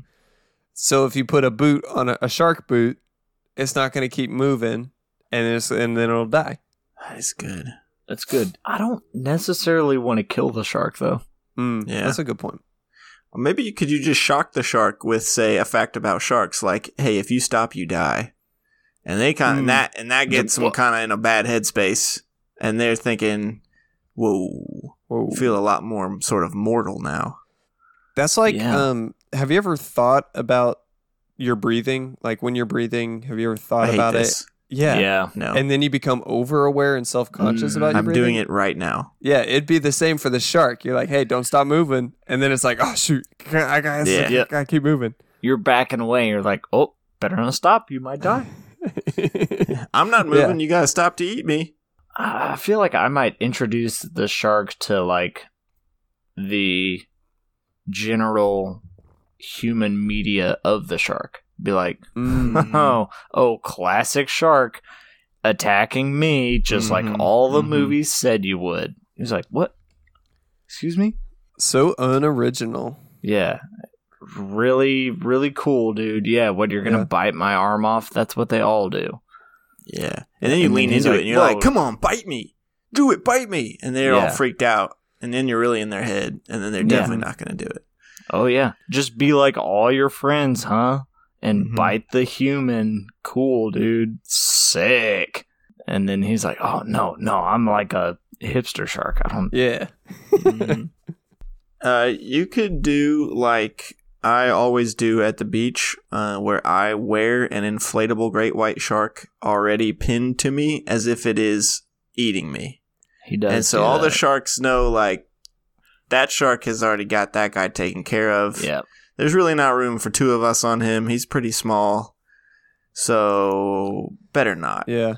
So if you put a boot on a, a shark boot, it's not going to keep moving, and it's, and then it'll die.
That is good.
That's good. I don't necessarily want to kill the shark though.
Mm,
Yeah.
that's a good point.
Or Maybe you could you just shock the shark with say a fact about sharks like hey if you stop you die, and they kind of
Hmm.
that and that gets them
wha-
kind of in a bad headspace and they're thinking whoa
Whoa.
feel a lot more sort of mortal now.
That's like,
Yeah.
um, have you ever thought about your breathing? Like when you're breathing, have you ever
I
thought
hate
about it?
this.
Yeah.
No,
And then you become over aware and self conscious
Mm,
about your
I'm
breathing.
doing it right now.
Yeah, it'd be the same for the shark. You're like, hey, don't stop moving, and then it's like, oh shoot, I gotta,
Yeah.
Yeah.
gotta keep moving.
You're backing away. You're like, oh, better not stop. You
[laughs]
might die.
I'm not moving. You gotta stop to eat me.
I I feel like I might introduce the shark to like the general human media of the shark. Be like,
Mm.
Hmm. [laughs]
Mm-hmm.
oh, oh, classic shark attacking me, just
Mhm,
like all the
mhm.
movies said you would. He was like, "What? Excuse me?"
so unoriginal.
Yeah, really, really cool, dude. Yeah, what you're gonna
Yeah.
bite my arm off? That's what they all do.
Yeah, and then you
And
lean
he's
into
like,
it and you're
"Whoa."
like come on bite me, do it, bite me, and they're all
Yeah.
freaked out. And then you're really in their head, and then they're
Yeah.
definitely not going to do it.
Oh yeah, just be like all your friends, huh? And
Mhm.
bite the human. Cool, dude. Sick. And then he's like, "Oh no, no, I'm like a hipster shark. I don't."
Yeah.
Mm.
[laughs] uh, you could do like I always do at the beach, uh, where I wear an inflatable great white shark already pinned to me as if it is eating me.
He does.
and so
do
all the
that.
sharks know, like, that shark has already got that guy taken care of.
yeah.
There's really not room for two of us on him. He's pretty small. So better not.
Yeah.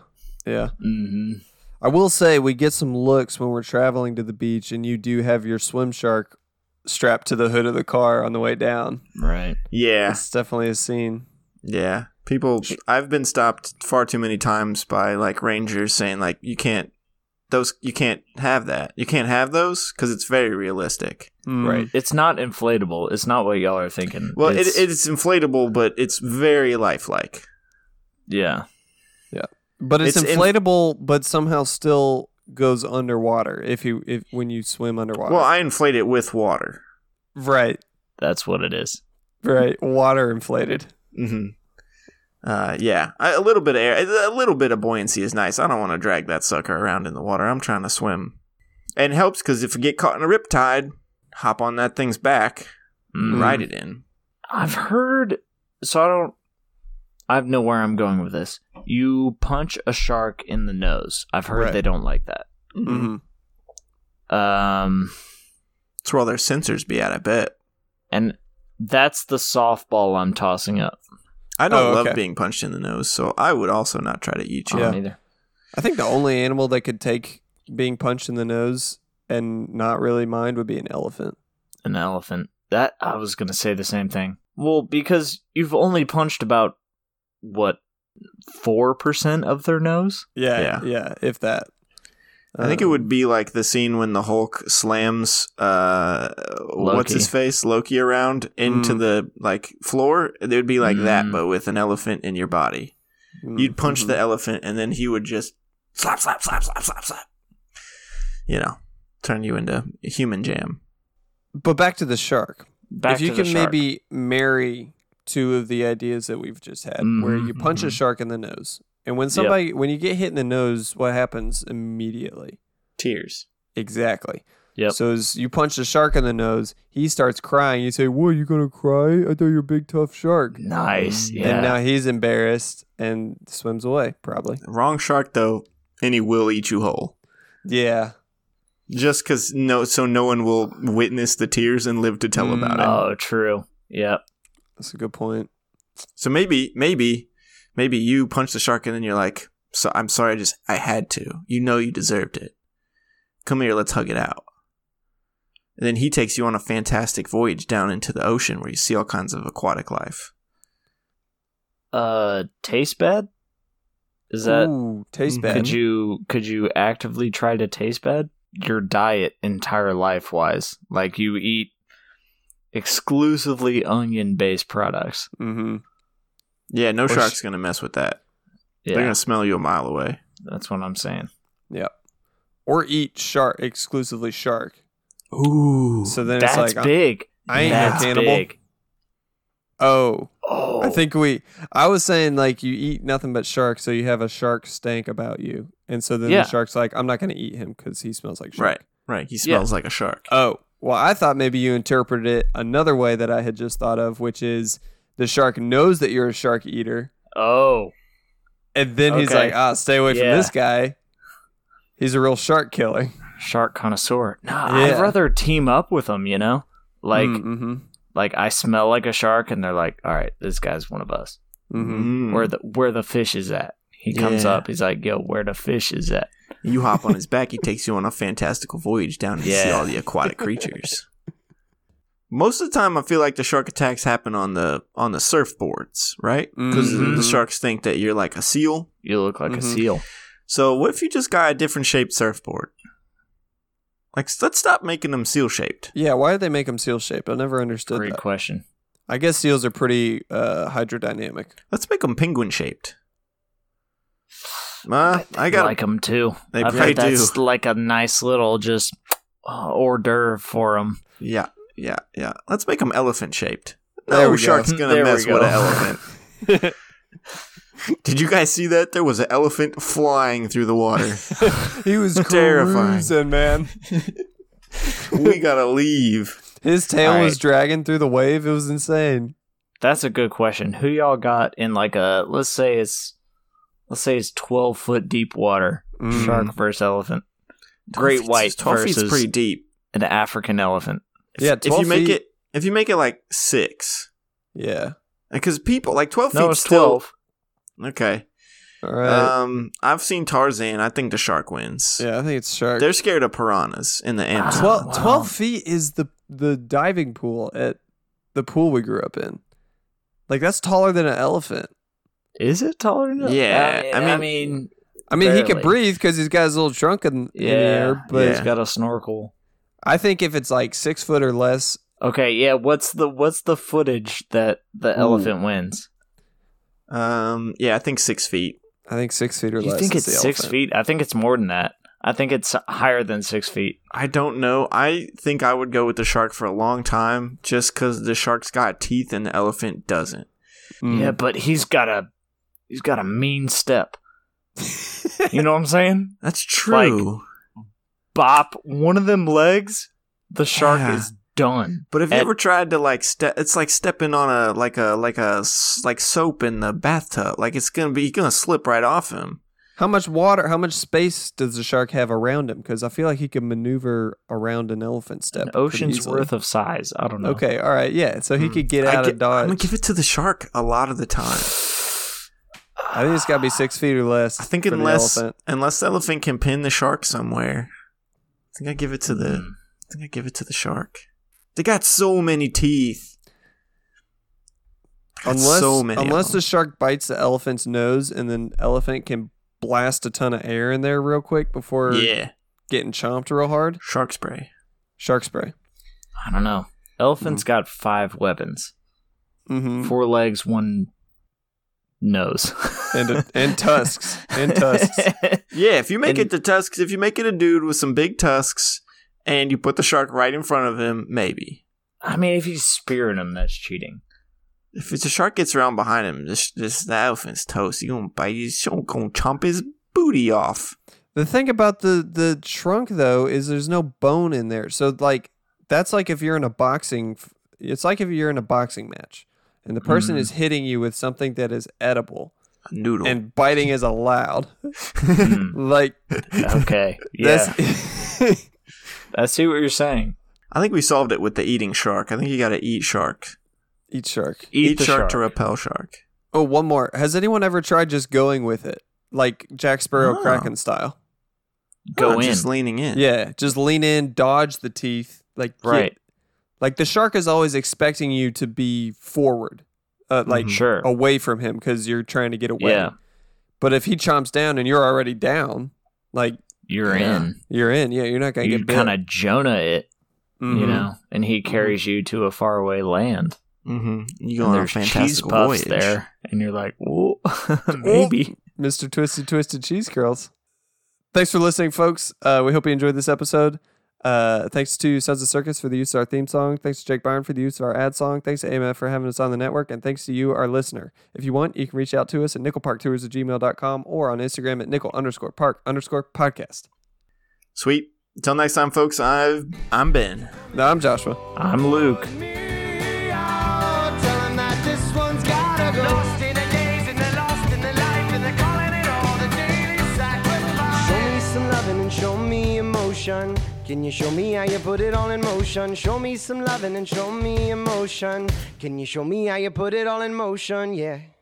Yeah.
hmm
I will say we get some looks when we're traveling to the beach, and you do have your swim shark strapped to the hood of the car on the way down.
Right.
Yeah.
It's definitely a scene.
Yeah. People, I've been stopped far too many times by like rangers saying like you can't those you can't have that you can't have those because it's very realistic.
Mm.
Right. It's not inflatable. It's not what y'all are thinking.
Well,
it's,
it's, it, it's inflatable, but it's very lifelike.
yeah.
But it's,
It's in-
inflatable, but somehow still goes underwater if you if when you swim underwater.
Well, I inflate it with water.
right,
That's what it is.
right.
[laughs]
Water inflated.
Mm-hmm. Uh, yeah, I, a little bit of air, a little bit of buoyancy is nice. I don't want to drag that sucker around in the water. I'm trying to swim, and it helps because if you get caught in a riptide, hop on that thing's back, and
Mm.
ride it in.
I've heard. So I don't. I know where I'm going with this. You punch a shark in the nose. I've heard
Right.
they don't like that.
Mm-hmm.
Um,
That's where all their sensors be at. I bet.
and that's the softball I'm tossing up.
I don't
Oh,
love
okay.
being punched in the nose, so I would also not try to eat you.
Yeah.
Yeah.
Either.
I think the only animal that could take being punched in the nose and not really mind would be an elephant.
An elephant. That I was gonna say the same thing. Well, because you've only punched about what four percent of their nose.
Yeah,
Yeah.
yeah, if that.
I think it
Um,
would be like the scene when the Hulk slams uh what's
Loki.
his face Loki around into
Mm.
the like floor. It would be like that,
Mm.
but with an elephant in your body.
mm,
You'd punch
mhm.
the elephant, and then he would just slap, slap, slap, slap, slap, slap. You know, turn you into human jam.
But back to the shark.
Back
if you
to the
can
shark.
maybe marry two of the ideas that we've just had, where you
Mhm,
punch a
mhm.
shark in the nose, and when
Yep.
somebody when you get hit in the nose, what happens immediately?
Tears.
Exactly.
Yep.
So as you punch the shark in the nose, he starts crying. You say, "What? You gonna cry? I thought you're a big tough shark."
nice. Yeah.
And now he's embarrassed and swims away. Probably.
Wrong shark though, and he will eat you whole.
Yeah.
Just because no, so no one will witness the tears and live to tell
Mm.
about it.
oh, true. Yep.
That's a good point.
So maybe, maybe, maybe you punch the shark and then you're like, "So I'm sorry, I just I had to. You know, you deserved it. Come here, let's hug it out." And then he takes you on a fantastic voyage down into the ocean where you see all kinds of aquatic life.
Uh, taste bad. Is that? Mm-hmm.
Ooh, taste
Mm,
bad?
Could you could you actively try to taste bad? Your diet entire life wise. Like you eat exclusively onion based products.
mm-hmm.
Yeah, no
Or
shark's
s-
gonna mess with that. They're
Yeah.
gonna smell you a mile away.
That's what I'm saying.
Or eat shark exclusively shark.
Ooh.
So then
That's
it's like
big.
I ain't no
That's
cannibal.
big.
Oh,
Oh
I think we. I was saying like you eat nothing but shark, so you have a shark stank about you, and so then
Yeah.
the shark's like, I'm not gonna eat him because he smells like shark.
right, right. He smells like a shark.
Oh, well, I thought maybe you interpreted it another way that I had just thought of, which is the shark knows that you're a shark eater,
Oh.
and then he's
Okay.
like, Ah, stay away
Yeah.
from this guy. He's a real shark killer.
Shark connoisseur. Nah, I'd
Yeah.
rather team up with them, you know? Like
mm-hmm,
like I smell like a shark and they're like, All right, this guy's one of us.
mm-hmm.
Mm.
where the where the fish is at. He comes
Yeah.
up, he's like, "Yo, where the fish is at?"
you hop on his back, he takes you on a fantastical voyage down to see
Yeah.
all the aquatic creatures. Most of the time, I feel like the shark attacks happen on the on the surfboards, right? Because
Mhm.
the sharks think that you're like a seal.
You look like a
Mm-hmm.
Mhm.
seal.
So what if you just got a different shaped surfboard? Like, s- let's stop making them seal shaped.
Yeah, why did they make them seal shaped? I never understood
Great
that.
question.
I guess seals are pretty uh, hydrodynamic.
Let's make them penguin shaped. Uh, I got
like them too.
They
I've
probably
heard
do.
that's like a nice little just uh, hors d'oeuvre for them.
yeah, yeah, yeah. Let's make them elephant shaped.
There
No
we go.
shark's gonna
There we
mess with
[laughs] go.
an elephant. Did you guys see that? There was an elephant flying through the
[laughs]
water.
he was
Terrifying.
cruising, man.
we gotta leave.
His tail
All
was
right.
dragging through the wave. It was insane.
That's a good question. Who y'all got in like a let's say it's let's say it's twelve foot deep water
Mm.
shark versus elephant, Great
feet's-
white
Mm-hmm. Twelve feet's
versus-
pretty deep.
an African elephant.
If,
Yeah,
if
12
you make
feet.
it, if you make it like six,
Yeah.
because people like twelve
No,
feet's
it's twelve. Uh,
twelve. Okay,
All right.
Um, I've seen Tarzan. I think the shark wins.
yeah, I think it's shark.
They're scared of piranhas in the Amazon.
12,
Oh, Wow.
12 feet is the the diving pool at the pool we grew up in. Like that's taller than an elephant.
Is it taller enough?
Yeah,
I
I mean-
mean, I mean
I mean, he
Barely.
can breathe because he's got his little trunk in, in the
yeah,
air. But
he's got a snorkel.
I think if it's like six foot or less,
Okay, yeah. What's the what's the footage that the
Hmm.
elephant wins? Ah.
Um, yeah, I think six feet.
I think six feet or
You
less.
think
is
it's
the
six
elephant.
feet? I think it's more than that. I think it's higher than six feet.
I don't know. I think I would go with the shark for a long time, just because the shark's got teeth and the elephant doesn't.
Mm.
Yeah, but he's got a he's got a mean step. you know what I'm saying?
That's true.
Bop one of them legs, the shark
Yeah.
is done.
but have you
at-
ever tried to like step? It's like stepping on a like a like a s- like soap in the bathtub. Like it's gonna be you're gonna slip right off him.
How much water? How much space does the shark have around him? Because I feel like he can maneuver around an elephant step.
An
pretty
ocean's
easily.
worth of size. I don't know.
Okay, all right, yeah. So he
Hmm.
could get
I
out
gi-
of dodge.
I'm gonna give it to the shark a lot of the time.
I think it's got to be six feet or less.
I think
for the
unless
elephant.
unless the elephant can pin the shark somewhere, I think I give it to the
Hmm.
I think I give it to the shark. They got so many teeth. Got
unless
so many. of
unless
them.
the shark bites the elephant's nose and then elephant can blast a ton of air in there real quick before
yeah
getting chomped real hard.
shark spray.
Shark spray.
I don't know. Elephant's
Hmm.
got five weapons:
Mm-hmm.
four legs, one nose,
And a-
[laughs]
and tusks. And tusks.
Yeah, if you make
And-
it to tusks, if you make it a dude with some big tusks, and you put the shark right in front of him, maybe.
[laughs] I mean, if he's spearing him, that's cheating.
If it's a shark gets around behind him, this this the elephant's toast. He gonna bite. He's gonna chomp his booty off.
The thing about the the trunk though is there's no bone in there. So like that's like if you're in a boxing f- it's like if you're in a boxing match and the person
Hmm.
Mm.
is hitting you with something that is edible
A noodle.
and biting is allowed.
Hmm,
[laughs] like
okay, yeah,
that's
I see what you're saying.
I think we solved it with the eating shark. I think you got to eat shark.
[laughs] eat shark.
Eat, the
shark,
shark.
to repel shark.
Oh, one more. Has anyone ever tried just going with it? Like Jack Sparrow
Oh.
Kraken style.
Go
Not
in.
just leaning in.
Yeah, just lean in, dodge the teeth, like get-
Right.
like the shark is always expecting you to be forward, uh, like
Mhm.
Mm-hmm. Sure.
away from him because you're trying to get away.
Yeah.
But if he chomps down and you're already down, like
You're
Yeah.
in.
you're in. Yeah, you're not gonna
You
get bit.
kind of Jonah it, you
Mhm.
know, and he carries you to a faraway land.
Mm-hmm. You
And
go on a
there's cheese
fantastic
puffs
voyage.
there, and you're like, "Whoa, [laughs] maybe."
Mr. Twisted Twisted Cheese Curls. Thanks for listening, folks. Uh, we hope you enjoyed this episode. Uh, thanks to Sons of Circus for the use of our theme song. Thanks to Jake Byron for the use of our ad song. Thanks to AMF for having us on the network. And thanks to you, our listener. If you want, you can reach out to us at nickelparktours at gmail.com or on Instagram at nickel underscore park underscore podcast.
Sweet. Until next time, folks. I've I'm Ben.
Now, I'm Joshua.
I'm Luke.
me out. Tell 'em that this one's gotta go. Lost in the days and the lost in the life and they're calling it all the daily sacrifice. Show me some loving and show me emotion. Can you show me how you put it all in motion? Show me some loving and show me emotion. Can you show me how you put it all in motion? Yeah.